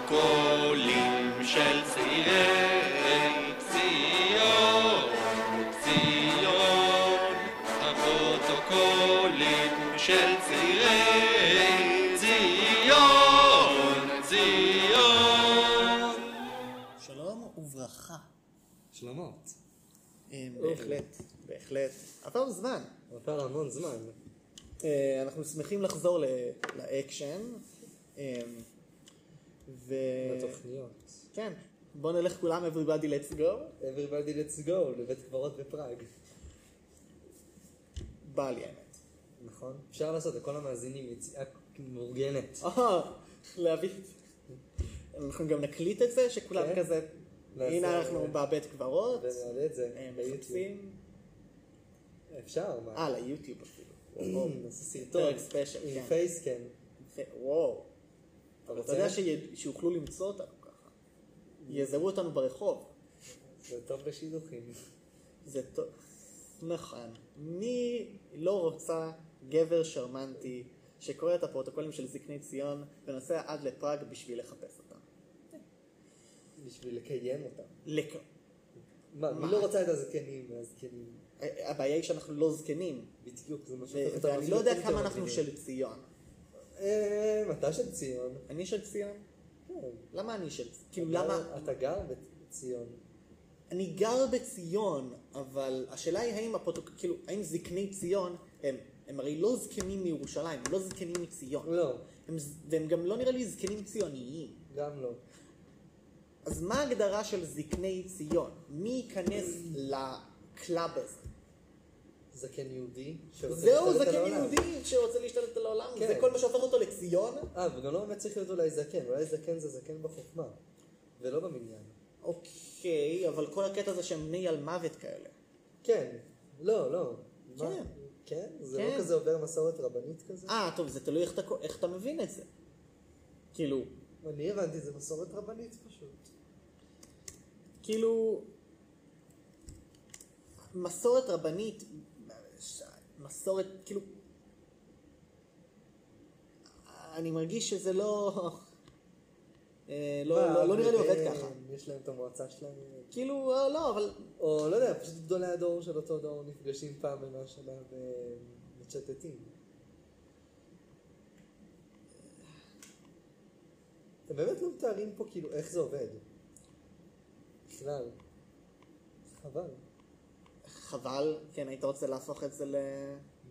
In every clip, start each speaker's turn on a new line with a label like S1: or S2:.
S1: הקולים של צעירי ציון, ציון, הפרוטוקולים של צעירי ציון, ציון.
S2: שלום וברכה.
S3: שלמות.
S2: אה, בהחלט, בהחלט. עבר זמן.
S3: עבר המון זמן.
S2: אה, אנחנו שמחים לחזור ל- לאקשן. אה, ו...
S3: אה, לתוכניות.
S2: כן, בואו נלך כולם, everybody let's go.
S3: Everybody let's go לבית קברות בפראג.
S2: בא לי האמת.
S3: נכון? אפשר לעשות לכל המאזינים יציאה מאורגנת.
S2: אה, להביא את זה. אנחנו גם נקליט את זה, שכולם
S3: כן.
S2: כזה...
S3: נעשה-
S2: הנה אנחנו בבית קברות.
S3: ונעלה את זה
S2: אה,
S3: ביוטיוב.
S2: מחפשים.
S3: אפשר, מה?
S2: אה, ליוטיוב אפילו. וואו, נעשה סרטון
S3: פרק
S2: ספיישל.
S3: עם
S2: כן.
S3: פייסקן.
S2: זה- וואו.
S3: אתה
S2: אבל אתה
S3: רוצה?
S2: יודע שיה- שיוכלו למצוא אותנו ככה. יזהו אותנו ברחוב.
S3: זה טוב לשידוכים.
S2: זה טוב. נכון. אני לא רוצה גבר שרמנטי שקורא את הפרוטוקולים של זקני ציון ונוסע עד לפראג בשביל לחפש אותם.
S3: בשביל לקיים אותם.
S2: לק...
S3: מה, מי לא רוצה את הזקנים מהזקנים?
S2: הבעיה היא שאנחנו לא זקנים,
S3: בדיוק, זה מה
S2: ו-
S3: שהופך אותם
S2: ואני לא
S3: אפילו
S2: יודע
S3: יותר
S2: כמה
S3: מגניבים.
S2: אנחנו של ציון.
S3: אה, אתה של ציון.
S2: אני של ציון?
S3: כן.
S2: למה אני של ציון? כאילו
S3: אתה-
S2: למה...
S3: אתה גר בציון.
S2: אני גר בציון, אבל השאלה היא האם הפרוטוקול, כאילו, האם זקני ציון, הם, הם הרי לא זקנים מירושלים, הם לא זקנים מציון.
S3: לא,
S2: הם, ז- והם גם לא נראה לי זקנים ציוניים.
S3: גם לא.
S2: אז מה ההגדרה של זקני ציון? מי ייכנס לקלאב הזה?
S3: זקן יהודי. שרוצה
S2: זהו
S3: להשתלט על
S2: זקן
S3: העולם.
S2: יהודי שרוצה להשתלט על העולם?
S3: כן.
S2: זה כל מה שהופך אותו לציון?
S3: אה, וגם לא באמת צריך להיות אולי זקן, אולי זקן זה זקן בחוכמה, ולא במניין.
S2: אוקיי, אבל כל הקטע זה שהם בני על מוות כאלה.
S3: כן, לא, לא. מה?
S2: כן.
S3: כן? זה
S2: כן.
S3: לא כזה עובר מסורת רבנית כזה?
S2: אה, טוב, זה תלוי איך אתה, איך אתה מבין את זה. כאילו,
S3: אני הבנתי, זה מסורת רבנית פשוט.
S2: כאילו, מסורת רבנית, מסורת, כאילו, אני מרגיש שזה לא, אה, לא,
S3: מה,
S2: לא, לא נראה לי עובד
S3: אה,
S2: ככה.
S3: יש להם את המועצה שלהם,
S2: כאילו, אה, לא, אבל
S3: או לא יודע, פשוט גדולי הדור של אותו דור נפגשים פעם במה שנה ומצ'טטים. הם באמת לא מתארים פה כאילו איך זה עובד. בכלל. חבל.
S2: חבל, כן, היית רוצה להפוך את זה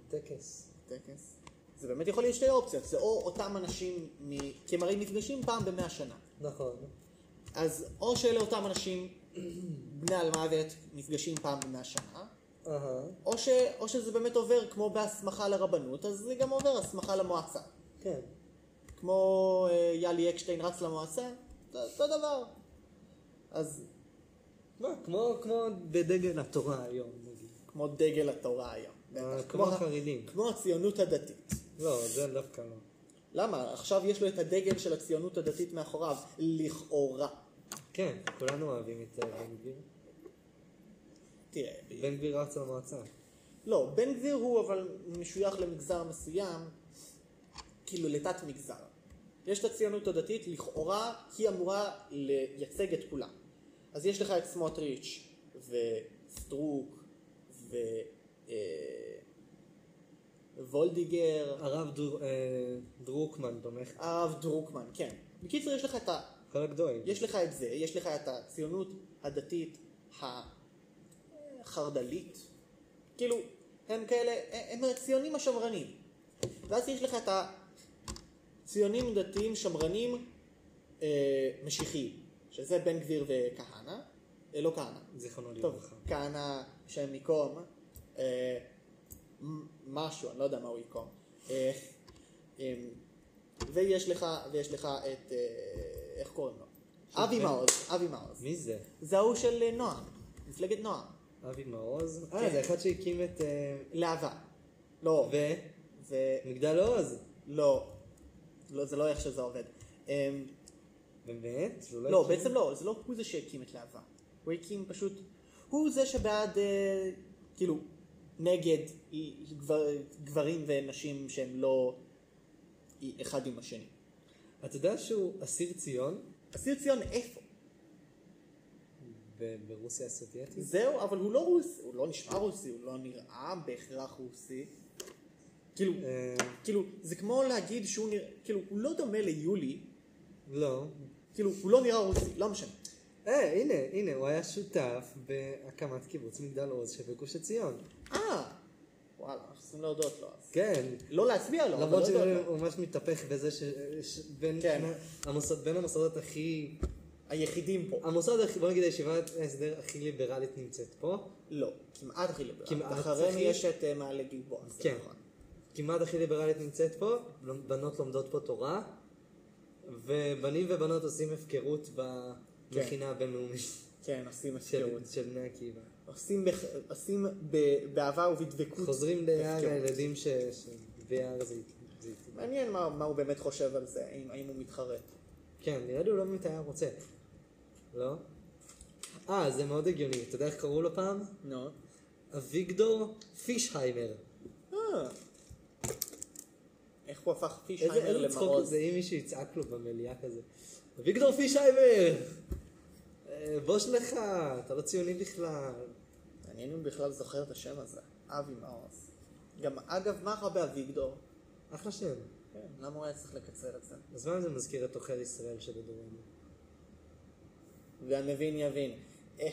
S3: טקס.
S2: לטקס. זה באמת יכול להיות שתי אופציות, זה או אותם אנשים, מ... כי הם הרי נפגשים פעם במאה שנה.
S3: נכון.
S2: אז או שאלה אותם אנשים, בני על מוות, נפגשים פעם במאה שנה,
S3: אהה,
S2: או, ש, או שזה באמת עובר כמו בהסמכה לרבנות, אז זה גם עובר הסמכה למועצה.
S3: כן.
S2: כמו אה, יאלי אקשטיין רץ למועצה, זה אותו דבר. אז
S3: מה, כמו, כמו בדגל התורה היום, נגיד.
S2: כמו דגל התורה היום.
S3: אה,
S2: בטח.
S3: כמו
S2: ה-
S3: החרדים.
S2: כמו הציונות הדתית.
S3: לא, זה דווקא לא.
S2: למה? עכשיו יש לו את הדגל של הציונות הדתית מאחוריו, לכאורה.
S3: כן, כולנו אוהבים את אה, בן גביר.
S2: תראה,
S3: בן גביר רץ למועצה.
S2: לא, בן גביר הוא אבל משוייך למגזר מסוים, כאילו לתת מגזר. יש את הציונות הדתית, לכאורה היא אמורה לייצג את כולם. אז יש לך את סמוטריץ' וסטרוק ו... אה, וולדיגר,
S3: הרב דר- אה, דרוקמן תומך.
S2: הרב דרוקמן, כן. בקיצור, יש לך את ה...
S3: כל הגדולים.
S2: יש לך את זה, יש לך את הציונות הדתית החרד"לית. כאילו, הם כאלה, הם הציונים השמרנים. ואז יש לך את הציונים דתיים שמרנים אה, משיחיים, שזה בן גביר וכהנא, אה, לא כהנא.
S3: זיכרונו
S2: טוב,
S3: לברכה.
S2: כהנא, שם ייקום, אה, מ- משהו, אני לא יודע מה הוא ייקום. אה, אמ, ויש לך, ויש לך את, אה, איך קוראים לו? אבי
S3: בן-
S2: מעוז, אבי מעוז.
S3: מי זה?
S2: זה ההוא של אה, נועם, מפלגת נועם,
S3: אבי מעוז?
S2: כן.
S3: אה, זה אחד שהקים את... אה,
S2: להבה. לא,
S3: ו...
S2: זה,
S3: מגדל עוז.
S2: לא, לא, זה לא איך שזה עובד. אמ,
S3: באמת? שהוא
S2: לא,
S3: הקים?
S2: בעצם לא, זה לא הוא זה שהקים את להבה. הוא הקים פשוט, הוא זה שבעד, אה, כאילו, נגד אי- גבר, גברים ונשים שהם לא אי- אחד עם השני.
S3: אתה יודע שהוא אסיר ציון?
S2: אסיר ציון איפה?
S3: ב- ברוסיה הסובייטית?
S2: זהו, אבל הוא לא רוסי, הוא לא נשמע רוסי, הוא לא נראה בהכרח רוסי. כאילו,
S3: אה,
S2: כאילו, זה כמו להגיד שהוא נראה, כאילו, הוא לא דומה ליולי,
S3: לא.
S2: כאילו, הוא לא נראה רוסי, לא משנה.
S3: אה, הנה, הנה, הוא היה שותף בהקמת קיבוץ מגדל עוז שבגוש עציון.
S2: אה, וואלה, אנחנו צריכים להודות לו אז.
S3: כן.
S2: לא להצביע לו, אבל
S3: למרות לא-
S2: להודות לו.
S3: שהוא ממש מתהפך בזה ש... ש- בין
S2: כן.
S3: שני- המוסד- בין המוסדות הכי...
S2: היחידים פה.
S3: המוסד, הכי- בוא נגיד הישיבת ההסדר הכי ליברלית נמצאת פה.
S2: לא, כמעט הכי ליברלית.
S3: כמעט
S2: אחרינו
S3: הכי-
S2: יש את אה, מעלה גלבוע, זה
S3: כן.
S2: נכון.
S3: כמעט הכי ליברלית נמצאת פה, בנות לומדות פה תורה, ובנים ובנות עושים הפקרות במכינה הבינלאומית
S2: כן, עושים הפקרות.
S3: של, של בני עקיבא.
S2: עושים בח- עושים ב- באהבה ובדבקות.
S3: חוזרים ליער
S2: הפקרות.
S3: הילדים ש... ש... ביער זה... זה...
S2: מעניין מה מה הוא באמת חושב על זה, האם האם הוא מתחרט.
S3: כן, נראה לי הוא לא באמת היה רוצה. לא? אה, זה מאוד הגיוני. אתה יודע איך קראו לו פעם?
S2: נו.
S3: אביגדור פישהיימר.
S2: אה. איך הוא הפך
S3: איזה
S2: פישהיימר
S3: איזה צחוק
S2: למעוז?
S3: זה אם מישהו יצעק לו במליאה כזה. אביגדור פישהיימר! אה, בוש לך, אתה לא ציוני בכלל.
S2: מעניין אם הוא בכלל זוכר את השם הזה, אבי מעוז. גם, אגב, מה רע באביגדור?
S3: אחלה שם.
S2: כן, למה הוא היה צריך לקצר את זה?
S3: אז מה אם זה מזכיר את עוכר ישראל שבדורנו?
S2: והמבין יבין. אה.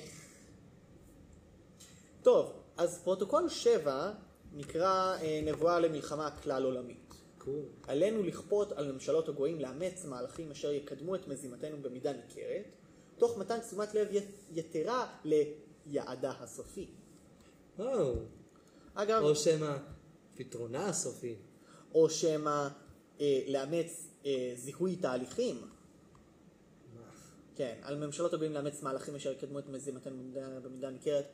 S2: טוב, אז פרוטוקול 7 נקרא אה, נבואה למלחמה כלל עולמית.
S3: קול.
S2: עלינו לכפות על ממשלות הגויים לאמץ מהלכים אשר יקדמו את מזימתנו במידה ניכרת, תוך מתן תשומת לב י- יתרה ליעדה הסופי.
S3: וואו.
S2: אגב,
S3: או שמא פתרונה הסופי.
S2: או שמא אה, לאמץ אה, זיהוי תהליכים.
S3: מה?
S2: כן, על ממשלות הגויים לאמץ מהלכים אשר יקדמו את מזימתנו במידה, במידה ניכרת.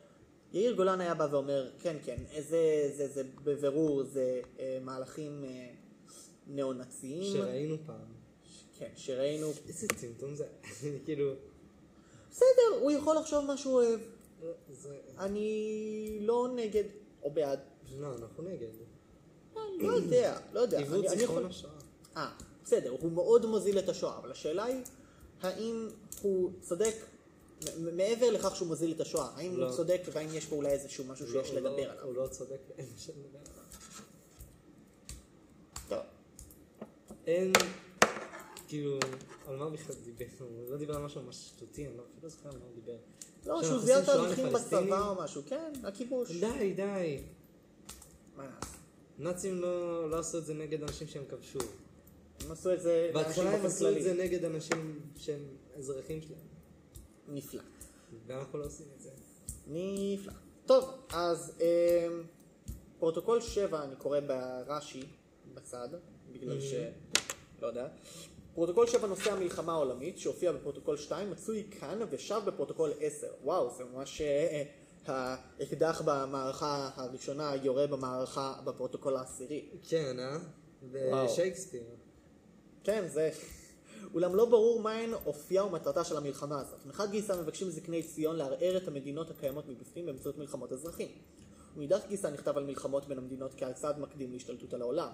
S2: יאיר גולן היה בא ואומר, כן, כן, זה, זה, זה בבירור, זה אה, מהלכים אה, ניאו-נאציים.
S3: שראינו פעם.
S2: כן, שראינו.
S3: איזה טמטום זה. כאילו...
S2: בסדר, הוא יכול לחשוב מה שהוא אוהב.
S3: זה...
S2: אני לא נגד או בעד.
S3: לא, אנחנו נגד.
S2: לא יודע, לא יודע.
S3: עיוות
S2: אני- אני
S3: זיכרון
S2: יכול-
S3: השואה.
S2: אה, בסדר, הוא מאוד מוזיל את השואה, אבל השאלה היא, האם הוא צודק, מ- מ- מעבר לכך שהוא מוזיל את השואה, האם
S3: לא.
S2: הוא צודק והאם יש פה אולי איזשהו משהו
S3: לא,
S2: שיש
S3: הוא לא-
S2: לדבר עליו?
S3: הוא לא צודק ואין מה שנדבר עליו.
S2: טוב.
S3: אין... כאילו... על מה בכלל דיבר? הוא לא דיבר על משהו ממש שטותי, אני לא אפילו לא זוכר על מה הוא דיבר.
S2: לא,
S3: עכשיו,
S2: שהוא
S3: אנחנו
S2: זיהה
S3: עושים שואה
S2: תהליכים
S3: לפלסטינים?
S2: בצבא או משהו, כן, הכיבוש.
S3: די, די.
S2: מה נעשה?
S3: נאצים לא לא עשו את זה נגד אנשים שהם כבשו.
S2: הם עשו את זה לאנשים
S3: בהתחלה הם
S2: כן, באופן
S3: עשו את
S2: כללי.
S3: זה נגד אנשים שהם אזרחים שלהם.
S2: נפלא.
S3: ואנחנו לא עושים את זה.
S2: נפלא. טוב, אז אה, פרוטוקול 7 אני קורא ברש"י בצד,
S3: Mm-hmm.
S2: בגלל ש... לא יודע. פרוטוקול 7 נושא המלחמה העולמית שהופיע בפרוטוקול 2 מצוי כאן ושב בפרוטוקול 10. וואו, זה ממש... אה, אה, האקדח במערכה הראשונה יורה במערכה בפרוטוקול העשירי.
S3: כן, אה?
S2: וואו.
S3: בשייקספיר.
S2: כן, זה... אולם לא ברור מהן אופייה ומטרתה של המלחמה הזאת. מחד גיסא מבקשים זקני ציון לערער את המדינות הקיימות מבפנים באמצעות מלחמות אזרחים. ומאידך גיסא נכתב על מלחמות בין המדינות כצעד מקדים להשתלטות על העולם.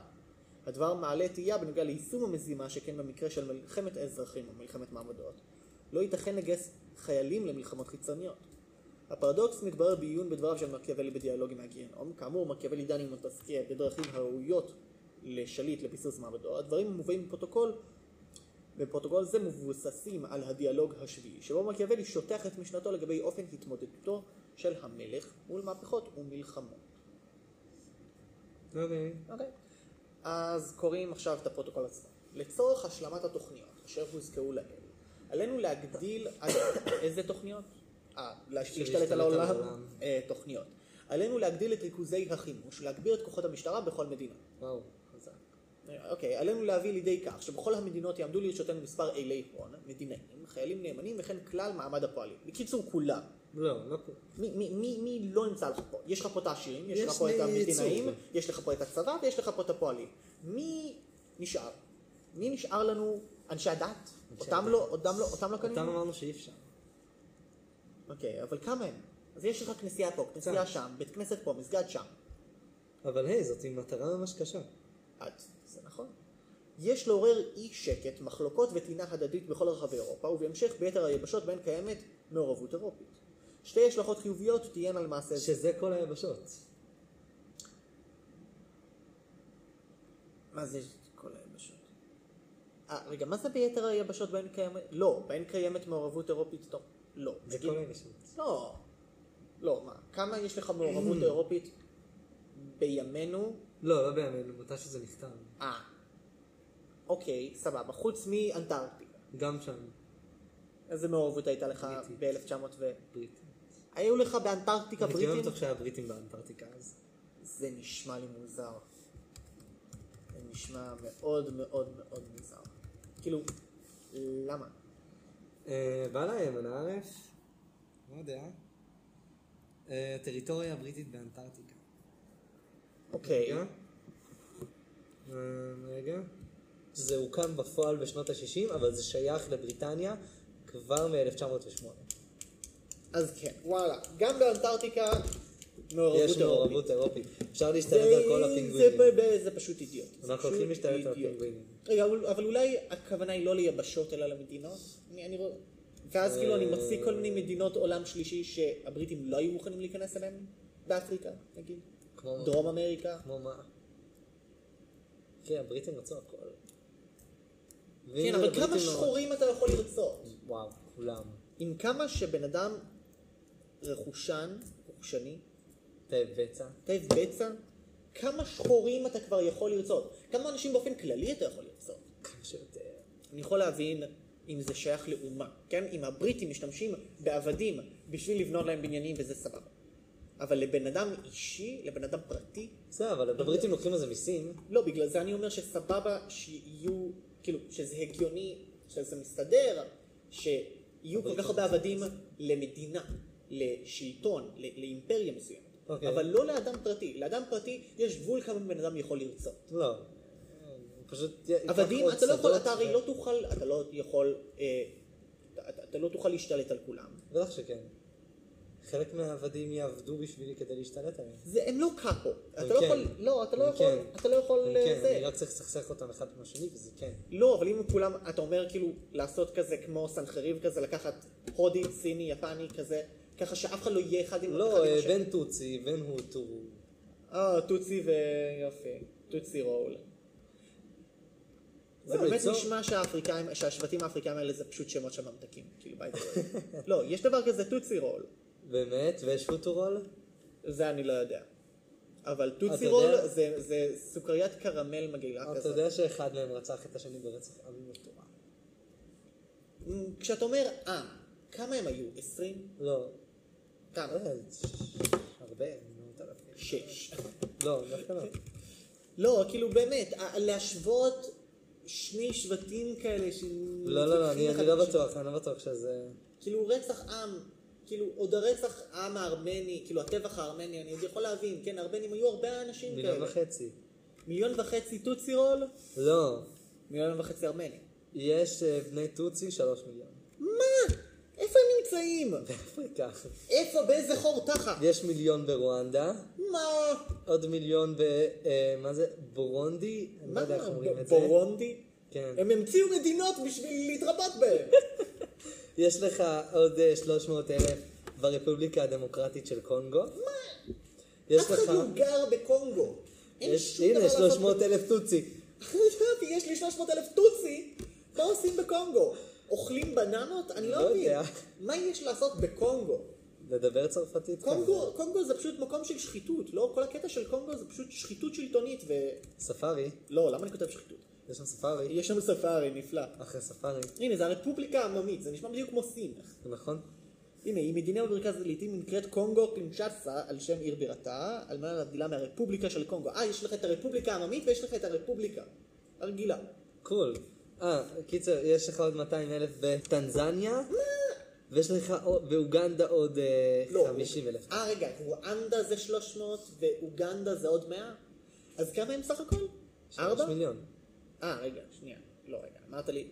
S2: הדבר מעלה תהייה בנוגע ליישום המזימה שכן במקרה של מלחמת האזרחים או מלחמת מעמדות. לא ייתכן לגייס חיילים למלחמות חיצוניות. הפרדוקס מתברר בעיון בדבריו של מקיאוולי בדיאלוג עם הגיהנום. כאמור, מקיאוולי דן עם מונטסקיה בדרכים הראויות לשליט לביסוס מעמדו. הדברים המובאים בפרוטוקול, בפרוטוקול זה מבוססים על הדיאלוג השביעי, שבו מקיאוולי שוטח את משנתו לגבי אופן התמודדותו של המלך מול מהפכות ומלחמות.
S3: אוקיי.
S2: אוקיי. אז קוראים עכשיו את הפרוטוקול עצמו. לצורך השלמת התוכניות אשר הוזכרו לעיל, עלינו להגדיל... עד- איזה תוכניות? אה, להש- להשתלט על העולם?
S3: העולם.
S2: אה, תוכניות. עלינו להגדיל את ריכוזי החימוש, להגביר את כוחות המשטרה בכל מדינה.
S3: וואו, חזק.
S2: אוקיי, עלינו להביא לידי כך שבכל המדינות יעמדו לרשותנו מספר אילי הון, מדינאים, חיילים נאמנים וכן כלל מעמד הפועלים. בקיצור, כולם.
S3: לא, לא פה.
S2: מי, מי, מי, מי לא נמצא לך פה? יש לך פה את העשירים, יש,
S3: יש
S2: לך פה את
S3: לי
S2: המדינאים,
S3: ייצוג.
S2: יש לך פה את הצבא ויש לך פה את הפועלים. מי נשאר? מי נשאר לנו? אנשי הדת? אותם
S3: הדת.
S2: לא, אותם לא, אותם לא
S3: אותם
S2: קנינו?
S3: אמרנו שאי אפשר.
S2: אוקיי, אבל כמה הם? אז יש לך כנסייה פה, כנסייה
S3: קצת.
S2: שם, בית כנסת פה, מסגד שם.
S3: אבל היי, זאת מטרה ממש קשה.
S2: את, זה נכון. יש לעורר אי שקט, מחלוקות וטינה הדדית בכל רחבי אירופה, ובהמשך ביתר היבשות בהן קיימת מעורבות אירופית. שתי השלכות חיוביות תהיינה על מעשה זה.
S3: שזה כל היבשות.
S2: מה זה כל היבשות? אה, רגע, מה זה ביתר היבשות בהן קיימת? לא, בהן קיימת מעורבות אירופית, טוב. לא.
S3: זה
S2: תגיד-
S3: כל היבשות.
S2: לא. לא, מה? כמה יש לך מעורבות אירופית בימינו?
S3: לא, לא בימינו, מתי שזה נכתב.
S2: אה. אוקיי, סבבה. חוץ מאנטארקטיקה.
S3: גם שם,
S2: איזה מעורבות הייתה לך
S3: בריטית.
S2: ב-1900 ו...
S3: בריטים.
S2: היו לך באנטארקטיקה
S3: אני גם
S2: בריטים?
S3: בטוח שהיה בריטים באנטארקטיקה אז.
S2: זה נשמע לי מוזר. זה נשמע מאוד מאוד מאוד מוזר. כאילו, למה?
S3: אה, בא להם, אנא ערף? לא יודע. אה, טריטוריה בריטית באנטארקטיקה.
S2: אוקיי.
S3: רגע. אה, רגע. זה הוקם בפועל בשנות ה-60, אבל זה שייך לבריטניה כבר מ-1908.
S2: אז כן, וואלה. גם באנטארקטיקה מעורבות אירופית.
S3: יש מעורבות אירופית. אפשר להשתלט
S2: זה-
S3: על כל
S2: זה-
S3: הפינגווינים.
S2: זה- זה פשוט אידיוט. זה
S3: אנחנו הולכים
S2: פשוט
S3: להשתלט על
S2: אידיוט.
S3: הפינגווינים.
S2: רגע, אבל- אבל אולי הכוונה היא לא ליבשות אלא למדינות? אני אני רואה... ואז כאילו
S3: אה.
S2: אני מפסיק כל מיני מדינות עולם שלישי שהבריטים לא היו מוכנים להיכנס אליהן? באפריקה, נגיד?
S3: כמו מה?
S2: דרום אמריקה?
S3: כמו מה? כן, הבריטים רצו הכל.
S2: כן,
S3: ואם
S2: אבל
S3: הבריטים
S2: כמה
S3: לא-
S2: שחורים אתה יכול לרצות?
S3: וואו, כולם.
S2: עם כמה שבן אדם רכושן, רכושני,
S3: פה בצע.
S2: תאב בצע, כמה שחורים אתה כבר יכול לרצות? כמה אנשים באופן כללי אתה יכול לרצות?
S3: כמה שיותר.
S2: אני יכול להבין אם זה שייך לאומה, כן? אם הבריטים משתמשים בעבדים בשביל לבנות להם בניינים וזה סבבה. אבל לבן אדם אישי, לבן אדם פרטי,
S3: בסדר, אבל הבריטים לוקחים על זה מיסים.
S2: לא, בגלל זה אני אומר שסבבה שיהיו, כאילו, שזה הגיוני, שזה מסתדר, שיהיו כל
S3: לא
S2: כך הרבה עבדים למדינה, לשלטון, ל- לאימפריה מסוימת.
S3: אוקיי.
S2: אבל לא לאדם פרטי. לאדם פרטי יש גבול כמה בן אדם יכול לרצות.
S3: לא. הוא פשוט... ייקח
S2: עבדים,
S3: עוד
S2: אתה לא יכול,
S3: שדות כן.
S2: אתה הרי
S3: ו-
S2: לא תוכל, אתה לא יכול, אה, אתה- אתה- אתה לא תוכל להשתלט על כולם.
S3: בטח שכן. חלק מהעבדים יעבדו בשבילי כדי להשתלט עליהם.
S2: זה, הם לא קאפו. אתה
S3: הם
S2: לא
S3: כן.
S2: יכול, לא, אתה לא
S3: הם
S2: יכול,
S3: כן.
S2: אתה לא יכול,
S3: אבל
S2: אה,
S3: כן,
S2: זה.
S3: אני רק צריך לסכסך אותם אחד עם השני, וזה כן.
S2: לא, אבל אם כולם, אתה אומר כאילו לעשות כזה כמו סנחריב כזה, לקחת הודי, סיני, יפני כזה, ככה שאף אחד לא יהיה אחד עם
S3: לא,
S2: אחד עם
S3: אה,
S2: השני.
S3: בן טוצי, בן הוטו.
S2: אה, טוצי ויופי, טוצי רול. זה
S3: זה
S2: באמת
S3: ביצור.
S2: נשמע שהאפריקאים, שהשבטים האפריקאים האלה זה פשוט שמות של ממתקים, כאילו by the way. לא, יש דבר כזה טוצי רול,
S3: באמת? ויש הוטורול?
S2: זה אני לא יודע. אבל
S3: אה, אתה
S2: טוצי
S3: יודע- אה,
S2: רול זה- זה סוכריית קרמל מגעילה
S3: אתה
S2: כזאת.
S3: יודע שאחד מהם רצח את השני ברצח עם מטורף.
S2: מ, Mm, כשאתה אומר, אה, כמה הם היו? 20?
S3: לא.
S2: כמה?
S3: אה, ש- הרבה, מאות אלפים.
S2: שש.
S3: לא, דווקא לא.
S2: לא, כאילו באמת, ה- להשוות שני שבטים כאלה ש...
S3: לא, לא, לא, אני אני לא בטוח, אני לא בטוח שזה...
S2: כאילו רצח עם, כאילו עוד הרצח עם הארמני, כאילו הטבח הארמני, אני עוד יכול להבין, כן, הארמנים היו הרבה אנשים
S3: מיליון
S2: כאלה.
S3: וחצי.
S2: מיליון וחצי טוצי רול,
S3: לא.
S2: מיליון וחצי ארמני.
S3: יש אה, בני טוצי שלוש מיליון.
S2: מה? אה, איפה הם נמצאים?
S3: באפריקה.
S2: איפה? באיזה חור תחת?
S3: יש מיליון ברואנדה,
S2: מה?
S3: עוד מיליון ב... אה, מה זה? בורונדי? אני לא
S2: מה?
S3: יודע איך אומרים את זה.
S2: בורונדי?
S3: כן.
S2: הם המציאו מדינות בשביל להתרבות בהן.
S3: יש לך עוד 300 אלף ברפובליקה הדמוקרטית של קונגו. מה? יש
S2: אף
S3: לך...
S2: אחד לא גר בקונגו. אין
S3: יש-
S2: שום דבר
S3: הנה,
S2: לעשות
S3: 300 אלף טוצי.
S2: חשבתי, יש לי 300 אלף טוצי, מה עושים בקונגו? אוכלים בננות? אני לא
S3: לא
S2: מבין.
S3: יודע.
S2: מה יש לעשות בקונגו?
S3: לדבר צרפתית. כן.
S2: קונגו, קונגו זה פשוט מקום של שחיתות, לא? כל הקטע של קונגו זה פשוט שחיתות שלטונית ו...
S3: ככה. ספארי.
S2: לא, למה אני כותב שחיתות?
S3: יש שם ספארי.
S2: יש שם ספארי, נפלא.
S3: אחרי ספארי.
S2: הנה, זה הרפובליקה העממית, זה נשמע בדיוק כמו סין.
S3: זה נכון?
S2: הנה, היא מדינה במרכז לעיתים נקראת קונגו קינצ'סה על שם עיר בירתה, על מנת להבדילה מהרפובליקה של קונגו. אה, יש לך את הרפובליקה העממית ויש לך את הרפובליקה הרגילה.
S3: קול. אה, קיצר, יש לך עוד 200 אלף בטנזניה, ויש לך עוד- באוגנדה עוד אה,
S2: לא.
S3: 50 אלף.
S2: אה, רגע, רואנדה זה 300 ואוגנדה זה עוד 100? אז כמה הם סך הכל? ארבע?
S3: מיליון.
S2: אה, רגע, שנייה. לא, רגע, אמרת לי.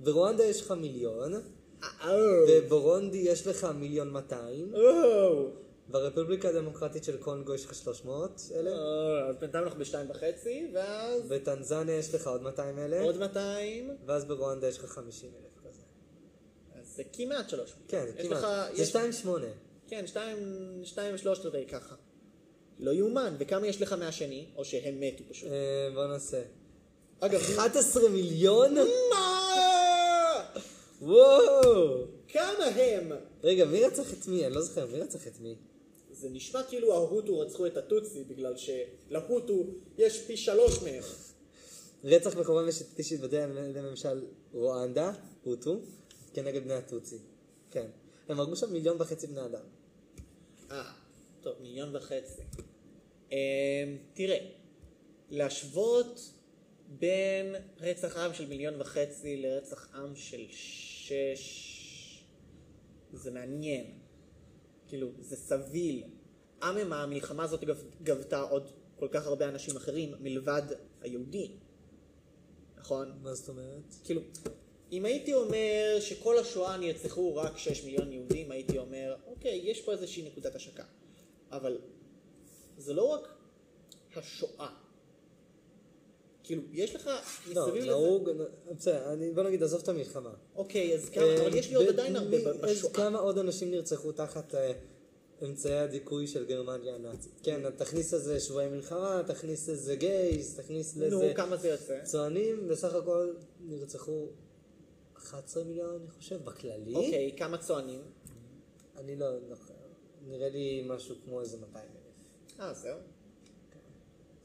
S3: ברואנדה יש
S2: לא.
S3: לך מיליון,
S2: אה, אה,
S3: בבורונדי יש לך מיליון 200,
S2: אה,
S3: ברפובליקה הדמוקרטית של קונגו יש לך 300 אלף,
S2: אה, אז בינתיים אנחנו בשתיים וחצי, ואז
S3: בטנזניה יש לך עוד 200 אלף,
S2: לא. עוד 200,
S3: ואז ברואנדה יש לך 50 אלף כזה.
S2: אז זה כמעט שלוש.
S3: כן, זה
S2: יש
S3: כמעט.
S2: לך-
S3: זה
S2: יש-
S3: 2.8.
S2: כן, שתיים, שתיים ושלושת רבעי ככה. לא יאומן, וכמה יש לך מהשני, או שהם מתו פשוט.
S3: אה, בוא נעשה.
S2: אגב,
S3: 11 מיליון?
S2: מה?
S3: וואו!
S2: כמה הם?
S3: רגע, מי רצח את מי? אני לא זוכר, מי רצח את מי?
S2: זה נשמע כאילו ההוטו רצחו את הטוצי, בגלל שלהוטו יש פי שלוש מהם.
S3: רצח מקורב ושיטתי שהתבצע על ידי ממשל רואנדה, הוטו, כנגד בני הטוצי. כן. הם הרגו שם מיליון וחצי בני אדם.
S2: אה, טוב, מיליון וחצי. אמ, תראה, להשוות בין רצח עם של מיליון וחצי לרצח עם של שש, זה מעניין. כאילו, זה סביל. אממה, המלחמה הזאת גב- גבתה עוד כל כך הרבה אנשים אחרים מלבד היהודים, נכון?
S3: מה זאת אומרת?
S2: כאילו, אם הייתי אומר שכל השואה נרצחו רק 6 מיליון יהודים, הייתי אומר, אוקיי, יש פה איזושהי נקודת השקה. אבל זה לא רק השואה. כאילו, יש לך
S3: לא,
S2: מסביב לזה...
S3: להרוג... בסדר, אני- בוא נגיד, עזוב את המלחמה.
S2: אוקיי, אז כמה, אבל יש לי עוד
S3: ו-
S2: עדיין הרבה
S3: אה, מי-
S2: ב-
S3: אז
S2: בשואה.
S3: כמה עוד אנשים נרצחו תחת אה, אמצעי הדיכוי של גרמניה הנאצית? כן, תכניס לזה שבועי מלחמה, תכניס לזה גייז, תכניס
S2: נו,
S3: לזה
S2: כמה זה יוצא?
S3: צוענים, בסך הכל נרצחו 11 מיליון, אני חושב, בכללי.
S2: אוקיי, כמה צוענים?
S3: אני לא זוכר. נראה לי משהו כמו איזה 200 אלף.
S2: אה, זהו.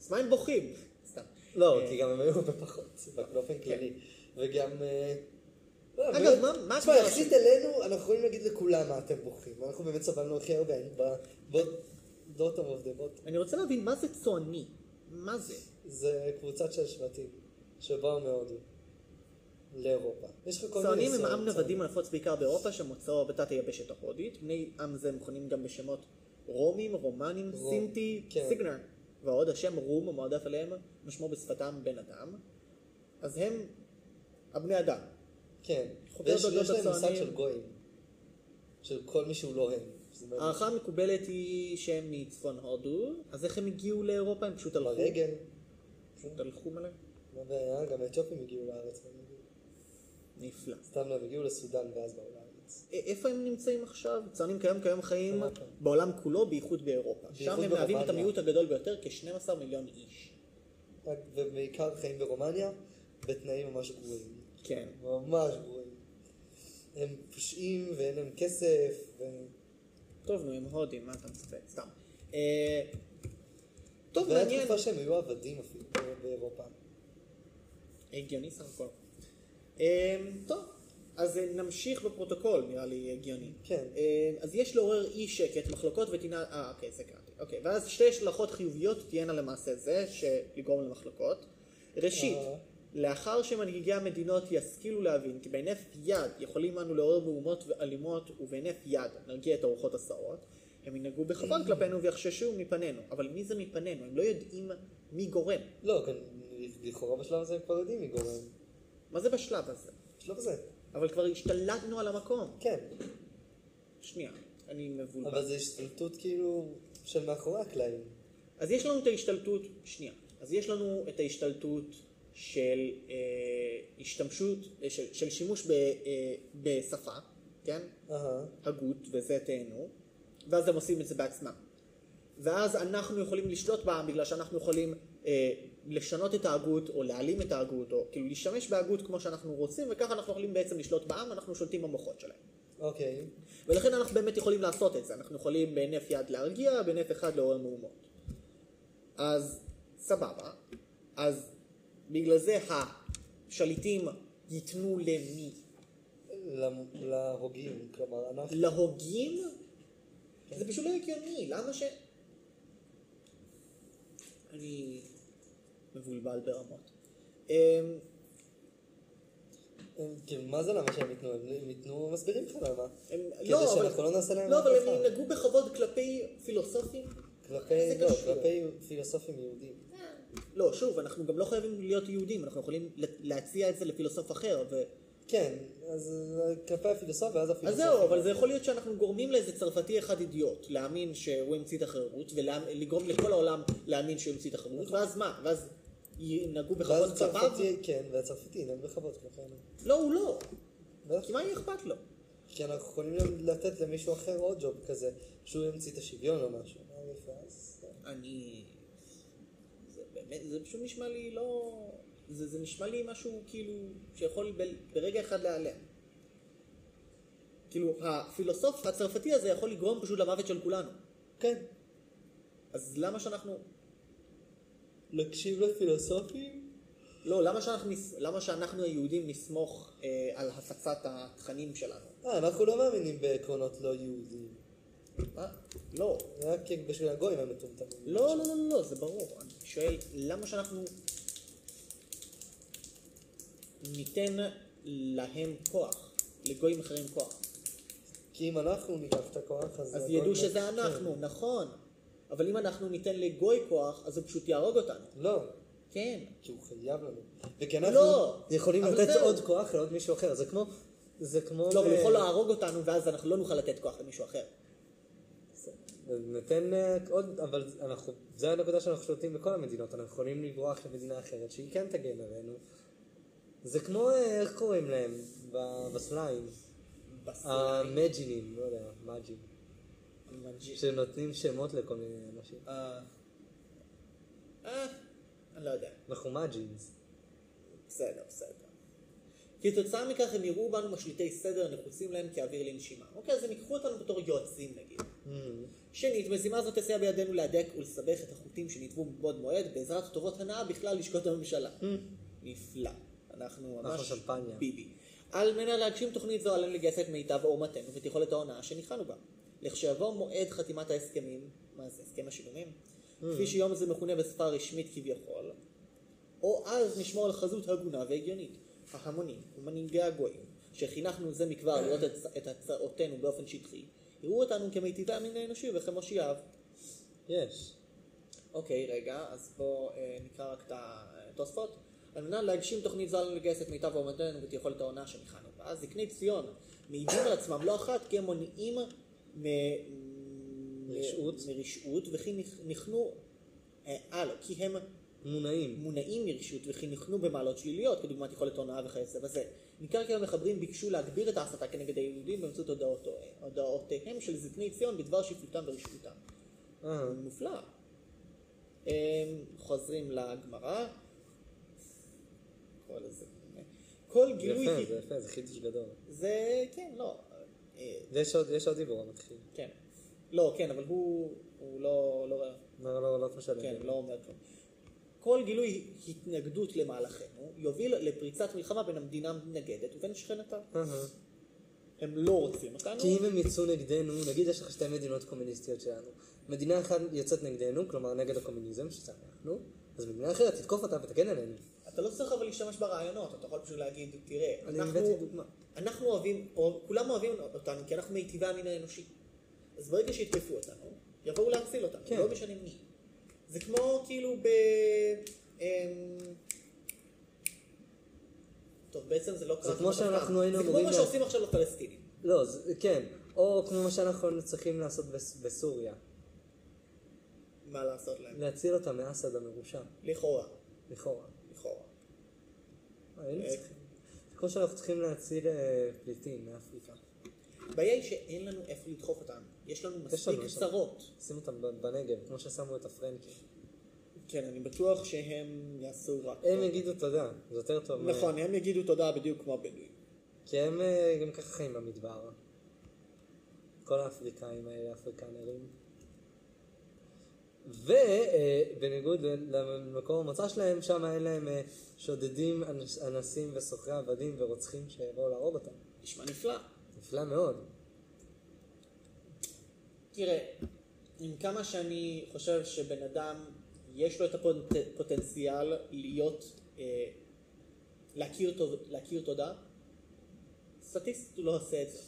S2: אז מה הם בוכים? סתם.
S3: לא,
S2: אה,
S3: כי גם הם היו הרבה פחות, באופן כללי. וגם... אה, לא,
S2: אגב,
S3: באמת,
S2: מה- מה
S3: תשמע,
S2: ההגדרה
S3: יחסית אלינו, אנחנו יכולים להגיד לכולם מה אתם בוכים. אנחנו באמת סבלנו הכי הרבה היינו בדוטם אוף דה בוטם.
S2: אני רוצה להבין, מה זה צועני? מה זה?
S3: זה קבוצת של שבטים שבאו מהודו לאירופה. יש לך כל מיני...
S2: צוענים הם
S3: סיעות,
S2: עם נוודים הנפוץ בעיקר באירופה שמוצאו בתת היבשת ההודית. בני עם זה מכונים גם בשמות רומים, רומנים,
S3: רום,
S2: סינטי,
S3: כן.
S2: סיגנר. ועוד השם רום המועדף עליהם משמעו בשפתם בן אדם. אז הם הבני אדם.
S3: כן.
S2: חוקר
S3: ויש
S2: דודות
S3: יש להם מושג
S2: הצוענים.
S3: של גויים. של כל מי שהוא לא הם. שזה מעניין.
S2: ההערכה המקובלת היא שהם מצפון הודו, אז איך הם הגיעו לאירופה? הם פשוט הלכו?
S3: ברגל. כן,
S2: פשוט הלכו מלא?
S3: מה הבעיה? גם האתיופים הגיעו לארץ. הם הגיעו.
S2: נפלא.
S3: סתם לא, הם הגיעו לסודאן ואז באו לארץ.
S2: א- איפה הם נמצאים עכשיו? צוענים כיום כיום חיים
S3: אירופה.
S2: בעולם כולו, בייחוד באירופה. שם
S3: בייחוד
S2: הם מהווים את
S3: ברומניה.
S2: המיעוט הגדול ביותר, כ-12 מיליון איש.
S3: ובעיקר חיים ברומניה, בתנאים ממש גרועים.
S2: כן.
S3: ממש גרועים. הם פושעים ואין להם כסף, ו-
S2: טוב, נו, הם הודים, מה אתה מצפה? סתם. אה, טוב,
S3: והיה
S2: מעניין.
S3: תקופה שהם היו עבדים אפילו באירופה.
S2: הגיוני סך הכל. אה, טוב, אז אה, נמשיך בפרוטוקול, נראה לי הגיוני.
S3: כן.
S2: אה, אז יש לעורר אי שקט, מחלוקות וטעינה... אה, אוקיי, זה קראתי. אוקיי, ואז שתי השלכות חיוביות תהיינה למעשה זה, שיגרום למחלוקות. ראשית,
S3: אה.
S2: לאחר שמנהיגי המדינות ישכילו להבין כי בהינף יד יכולים אנו לעורר מהומות ואלימות ובהינף יד נרגיע את הרוחות הסערות, הם ינהגו בכבוד כלפינו ויחששו מפנינו. אבל מי זה מפנינו? הם לא יודעים מי גורם.
S3: לא, כן, לכאורה בשלב הזה הם כבר יודעים מי גורם.
S2: מה זה בשלב הזה?
S3: בשלב הזה,
S2: אבל כבר השתלטנו על המקום.
S3: כן.
S2: שנייה, אני מבולבל.
S3: אבל זו השתלטות כאילו של מאחורי הקלעים.
S2: אז יש לנו את ההשתלטות, שנייה, אז יש לנו את ההשתלטות של אה, השתמשות, אה, של, של שימוש ב, אה, בשפה, כן?
S3: אהה.
S2: הגות, וזה תהנו, ואז הם עושים את זה בעצמם. ואז אנחנו יכולים לשלוט בעם בגלל שאנחנו יכולים אה, לשנות את ההגות או להעלים את ההגות, או כאילו להשתמש בהגות כמו שאנחנו רוצים, וככה אנחנו יכולים בעצם לשלוט בעם, אנחנו שולטים במוחות שלהם.
S3: אוקיי.
S2: ולכן אנחנו באמת יכולים לעשות את זה, אנחנו יכולים בהינף יד להרגיע, בהינף אחד לעורר מהומות. אז סבבה, אז בגלל זה השליטים ייתנו למי?
S3: למ- להרוגים, כלומר, אנחנו...
S2: להוגים? זה פשוט לא הגיוני, למה ש... אני מבולבל ברמות. אמ,
S3: הם- כאילו, מה זה למה שהם ייתנו? הם הם ייתנו, מסבירים לך למה.
S2: הם,
S3: כדי שאנחנו לא נעשה להם
S2: לא, אבל
S3: מהפכה.
S2: הם ינהגו בכבוד כלפי פילוסופים.
S3: כלפי,
S2: זה
S3: לא,
S2: קשור.
S3: כלפי פילוסופים יהודים.
S2: לא, שוב, אנחנו גם לא חייבים להיות יהודים, אנחנו יכולים ל- להציע את זה לפילוסוף אחר,
S3: כן, אז אה, כלפי הפילוסופיה, אז
S2: אז
S3: הפילוסופיה.
S2: זהו, אבל זה יכול להיות שאנחנו גורמים לאיזה צרפתי אחד אידיוט להאמין שהוא המציא את החירות, ולגרום לכל העולם להאמין שהוא המציא את החירות, ואז מה? ואז ינהגו
S3: ואז
S2: בכבוד כלפיו?
S3: צרפתי, כן, והצרפתי ינהג בכבוד כלפינו.
S2: לא, הוא לא.
S3: בטח.
S2: כי מה יהיה אכפת לו?
S3: כי אנחנו יכולים גם לתת למישהו אחר עוד ג'וב כזה, שהוא ימציא את השוויון או משהו. אה, ואז-
S2: אני... זה באמת, זה פשוט נשמע לי לא... זה, זה נשמע לי משהו כאילו שיכול ב, ברגע אחד להיעלם. כאילו, הפילוסוף הצרפתי הזה יכול לגרום פשוט למוות של כולנו.
S3: כן,
S2: אז למה שאנחנו...
S3: נקשיב לפילוסופים?
S2: לא, למה שאנחנו, נס- למה שאנחנו היהודים נסמוך אה, על הפצת התכנים שלנו?
S3: אה, אנחנו לא מאמינים בעקרונות לא יהודיים.
S2: מה? לא.
S3: רק בשביל הגויים הם מטומטמים.
S2: לא, לא, לא, לא, לא, זה ברור. אני שואל, למה שאנחנו ניתן להם כוח, לגויים אחרים כוח?
S3: כי אם אנחנו ניקח את הכוח, אז...
S2: אז
S3: הגויים-
S2: ידעו שזה
S3: כן.
S2: אנחנו, נכון. אבל אם אנחנו ניתן לגוי כוח, אז הוא פשוט יהרוג אותנו.
S3: לא,
S2: כן.
S3: כי הוא חייב לנו. וכי אנחנו
S2: לא,
S3: יכולים
S2: אבל
S3: לתת
S2: זהו.
S3: עוד כוח לעוד מישהו אחר. זה כמו... זה כמו... אה,
S2: לא, אבל הוא
S3: ב-
S2: יכול להרוג אותנו, ואז אנחנו לא נוכל לתת כוח למישהו אחר.
S3: נותן אה, עוד, אבל אנחנו, זו הנקודה שאנחנו שולטים בכל המדינות, אנחנו יכולים לברוח למדינה אחרת שהיא כן תגן עלינו. זה כמו, אה, איך קוראים להם? ב- בסליים. המג'ינים, לא יודע, מג'ים. שנותנים שמות לכל מיני אנשים.
S2: אה, אה, אני לא יודע.
S3: אנחנו מג'ינס.
S2: בסדר, בסדר. כתוצאה מכך הם יראו בנו משליטי סדר הנחוצים להם כאוויר לנשימה. אוקיי, אז הם ייקחו אותנו בתור יועצים נגיד. שנית, מזימה זו תסייע בידינו להדק ולסבך את החוטים שנטבו מבעוד מועד בעזרת טובות הנאה בכלל לשכות הממשלה. נפלא. אנחנו
S3: אנחנו
S2: ממש
S3: שמפניה.
S2: ביבי. על מנת להגשים תוכנית זו עלינו לגייס את מיטב עורמתנו ואת יכולת ההונאה שניחנו בה. לכשיבוא מועד חתימת ההסכמים, מה זה, הסכם השילומים? כפי שיום זה מכונה בשפה הרשמית כביכול, או אז נשמור על חזות הגונה והגיונית, ההמונים ומנהיגי הגויים, שחינכנו זה מכבר לראות את, את הצעותינו באופן שטחי, יראו אותנו כמיטיבי המין האנושי וכמושיעיו.
S3: יש.
S2: אוקיי, רגע, אז בואו אה, נקרא רק את התוספות. על מנת להגשים תוכנית זו עלינו לגייס את מיטב עומדנו ואת יכולת ההונאה שניחנו בה. זקני ציון מעידים על עצמם לא אחת כי הם מונעים מ... מ-
S3: רשעות.
S2: מרשעות וכי נכ- נכנו... אה, אה, לא, כי הם
S3: מונעים.
S2: מונעים מרשות וחינכנו במעלות שליליות, כדוגמת יכולת הונאה וכיוצא בזה. ניכר כי המחברים ביקשו להגביר את ההסתה כנגד היהודים באמצעות הודעותו- הודעותיהם של זקני ציון בדבר שפלותם ורשעותם.
S3: אה,
S2: נפלא. אה, חוזרים לגמרא. כל זה. כל
S3: זה
S2: גילוי...
S3: יפה, זה יפה, זה חידוש גדול.
S2: זה, כן, לא. אה,
S3: ויש עוד- יש עוד דיבור המתחיל.
S2: כן. לא, כן, אבל הוא, הוא לא, לא,
S3: לא, לא, לא משנה.
S2: כן, לא אומר כלום. כל גילוי התנגדות למהלכנו יוביל לפריצת מלחמה בין המדינה המתנגדת ובין שכנתה.
S3: אהה.
S2: הם לא רוצים אותנו.
S3: כי אם הם יצאו נגדנו, נגיד יש לך שתי מדינות קומוניסטיות שלנו. מדינה אחת יוצאת נגדנו, כלומר נגד הקומוניזם, שזה אנחנו, אז מדינה אחרת תתקוף אותה ותגן עלינו.
S2: אתה לא צריך אבל להשתמש ברעיונות, אתה יכול פשוט להגיד, תראה,
S3: אני
S2: אנחנו,
S3: הבאתי דוגמה.
S2: אנחנו אוהבים, או, כולם אוהבים אותנו כי אנחנו מיטיבי המין האנושי. אז ברגע שיתקפו אותנו, יבואו להציל אותנו,
S3: כן.
S2: לא משנה מי. זה כמו כאילו ב... אמ, טוב, בעצם זה לא קרה.
S3: כמו
S2: אף פעם.
S3: שאנחנו היינו
S2: זה כמו
S3: אמורים
S2: מה
S3: לה-
S2: שעושים עכשיו לפלסטינים.
S3: לא, זה, כן. או כמו מה שאנחנו צריכים לעשות בס, בסוריה,
S2: מה לעשות להם.
S3: להציל אותה מאסד המרושע,
S2: לכאורה,
S3: לכאורה.
S2: לכאורה. אה.
S3: היינו צריכים. זה כמו שאנחנו צריכים להציל אה, פליטים מאפריקה.
S2: הבעיה היא שאין לנו איפה לדחוף אותם. יש לנו מספיק
S3: לנו, יש לנו.
S2: צרות.
S3: שים אותם ב- בנגב, כמו ששמו את הפרנקים.
S2: כן, אני בטוח שהם יעשו רק...
S3: הם
S2: טוב.
S3: יגידו תודה, זה יותר טוב. אה. מה-
S2: נכון, הם יגידו תודה בדיוק כמו הבדואים.
S3: כי הם אה, גם ככה חיים במדבר. כל האפריקאים האלה, אפריקנרים. ובניגוד אה, למקום המוצא שלהם, שם אין להם אה, שודדים, אנס- אנסים וסוחרי עבדים ורוצחים שיבואו להרוג אותם.
S2: נשמע נפלא.
S3: נפלא מאוד.
S2: תראה, עם כמה שאני חושב שבן אדם יש לו את הפוטנציאל להיות, אה, להכיר, טוב, להכיר תודה, סטטיסט הוא לא עושה את זה.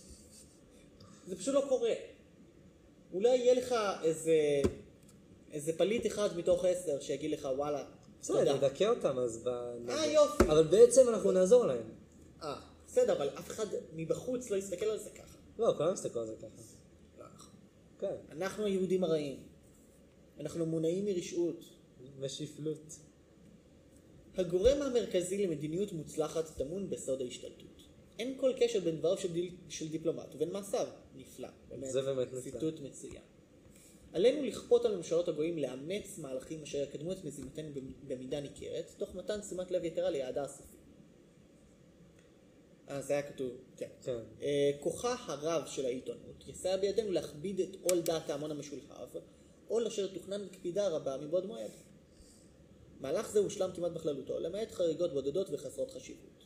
S2: זה פשוט לא קורה. אולי יהיה לך איזה, איזה פליט אחד מתוך עשר שיגיד לך וואלה,
S3: בסדר,
S2: תודה.
S3: נדכא אותם אז בנגב.
S2: אה, יופי.
S3: אבל בעצם אנחנו נעזור להם.
S2: אה, בסדר, אבל אף אחד מבחוץ לא יסתכל על זה ככה.
S3: לא, כולם מסתכלו על זה ככה.
S2: לא נכון.
S3: כן,
S2: אנחנו היהודים הרעים. אנחנו מונעים מרשעות.
S3: ושפלות.
S2: הגורם המרכזי למדיניות מוצלחת טמון בסוד ההשתלטות. אין כל קשר בין דבריו של, דיל, של דיפלומט ובין מעשיו. נפלא. באמת.
S3: זה באמת נפלא.
S2: ציטוט מצוין. עלינו לכפות על ממשלות הגויים לאמץ מהלכים אשר יקדמו את מזימתנו במ- במידה ניכרת, תוך מתן שימת לב יתרה ליעדה הסופי. אה, זה היה כתוב, כן.
S3: כן.
S2: אה, כוחה הרב של העיתונות יסייע בידינו להכביד את עול דעת ההמון המשולהב, עול אשר תוכנן בקפידה רבה מבעוד מועד. מהלך זה הושלם כמעט בכללותו, למעט חריגות בודדות וחסרות חשיבות.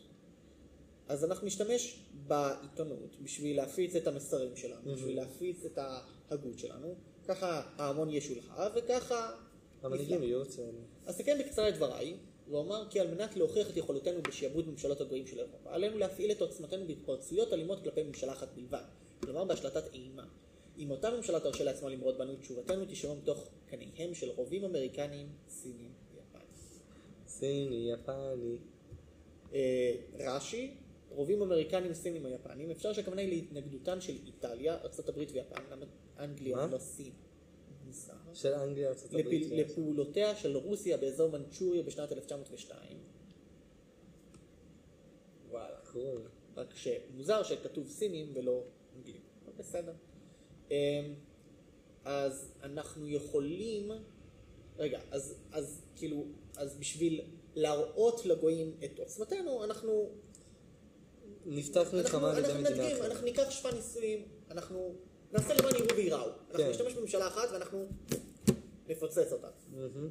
S2: אז אנחנו נשתמש בעיתונות בשביל להפיץ את המסרים שלנו, בשביל להפיץ את ההגות שלנו, ככה ההמון ישולהב וככה...
S3: המנהיגים
S2: נפלא.
S3: יהיו אצלנו.
S2: אסכם בקצרה את דבריי, ואומר כי על מנת להוכיח את יכולתנו בשעבוד ממשלות הגויים של אירופה, עלינו להפעיל את עוצמתנו בהתפרצויות אלימות כלפי ממשלה אחת בלבד, כלומר בהשלטת אימה. אם אותה ממשלה תרשה לעצמה למרוד בנו, תשובתנו תישמע מתוך קניהם של רובים אמריקנים, סינים ויפנים.
S3: סיני, יפני.
S2: אה, רש"י, רובים אמריקנים, סינים או יפנים, אפשר שהכוונה היא להתנגדותן של איטליה, ארה"ב ויפן, למה אנגליה
S3: מה?
S2: לא סין? מוזר.
S3: של אנגליה, ארצות
S2: לפ-
S3: הברית. כן.
S2: לפעולותיה של רוסיה באזור מנצ'וריה בשנת 1902. וואלה.
S3: קול.
S2: רק שמוזר שכתוב סינים ולא אנגלים. אבל בסדר. אמ, אז אנחנו יכולים... רגע, אז, אז כאילו, אז בשביל להראות לגויים את עוצמתנו, אנחנו...
S3: נפתח מלחמה על
S2: אנחנו,
S3: ידי
S2: אנחנו
S3: מדינה
S2: נדגים,
S3: אחרת.
S2: אנחנו ניקח שפע ניסויים, אנחנו נעשה למען יראו וייראו. אנחנו
S3: כן.
S2: נשתמש בממשלה אחת ואנחנו נפוצץ אותה.
S3: מהמם.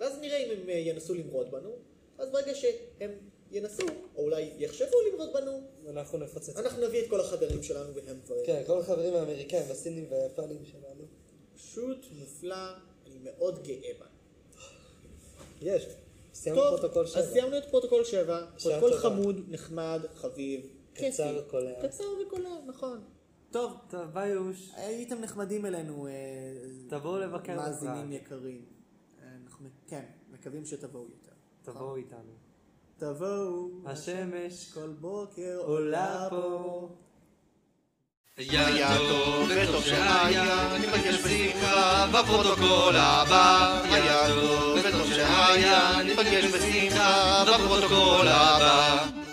S2: ואז נראה אם הם אה, ינסו למרוד בנו, אז ברגע שהם ינסו, או אולי יחשבו למרוד בנו,
S3: אנחנו נפוצץ.
S2: אנחנו נביא את כל החברים שלנו והם כבר...
S3: כן, כל החברים האמריקאים והסינים והיפנים שלנו.
S2: פשוט מופלא, אני מאוד גאה בה.
S3: יש. סיימנו
S2: טוב,
S3: פרוטוקול
S2: אז
S3: שבע.
S2: סיימנו את פרוטוקול 7,
S3: שעה
S2: פרוטוקול
S3: טובה.
S2: חמוד, נחמד, חביב,
S3: קצר
S2: כיפי.
S3: וקולע.
S2: קצר וקולע, נכון. טוב,
S4: טוב, ביי יוש.
S2: הייתם נחמדים אלינו, אה,
S4: תבואו לבקר
S2: מאזינים
S4: בפראג.
S2: יקרים. אה, אנחנו, כן, מקווים שתבואו יותר.
S4: תבואו איתנו.
S2: תבואו,
S4: השמש
S2: כל בוקר
S4: עולה פה.
S1: היה טוב וטוב שהיה, ניפגש בשמחה בפרוטוקול הבא. היה טוב וטוב שהיה, ניפגש בשמחה בפרוטוקול הבא.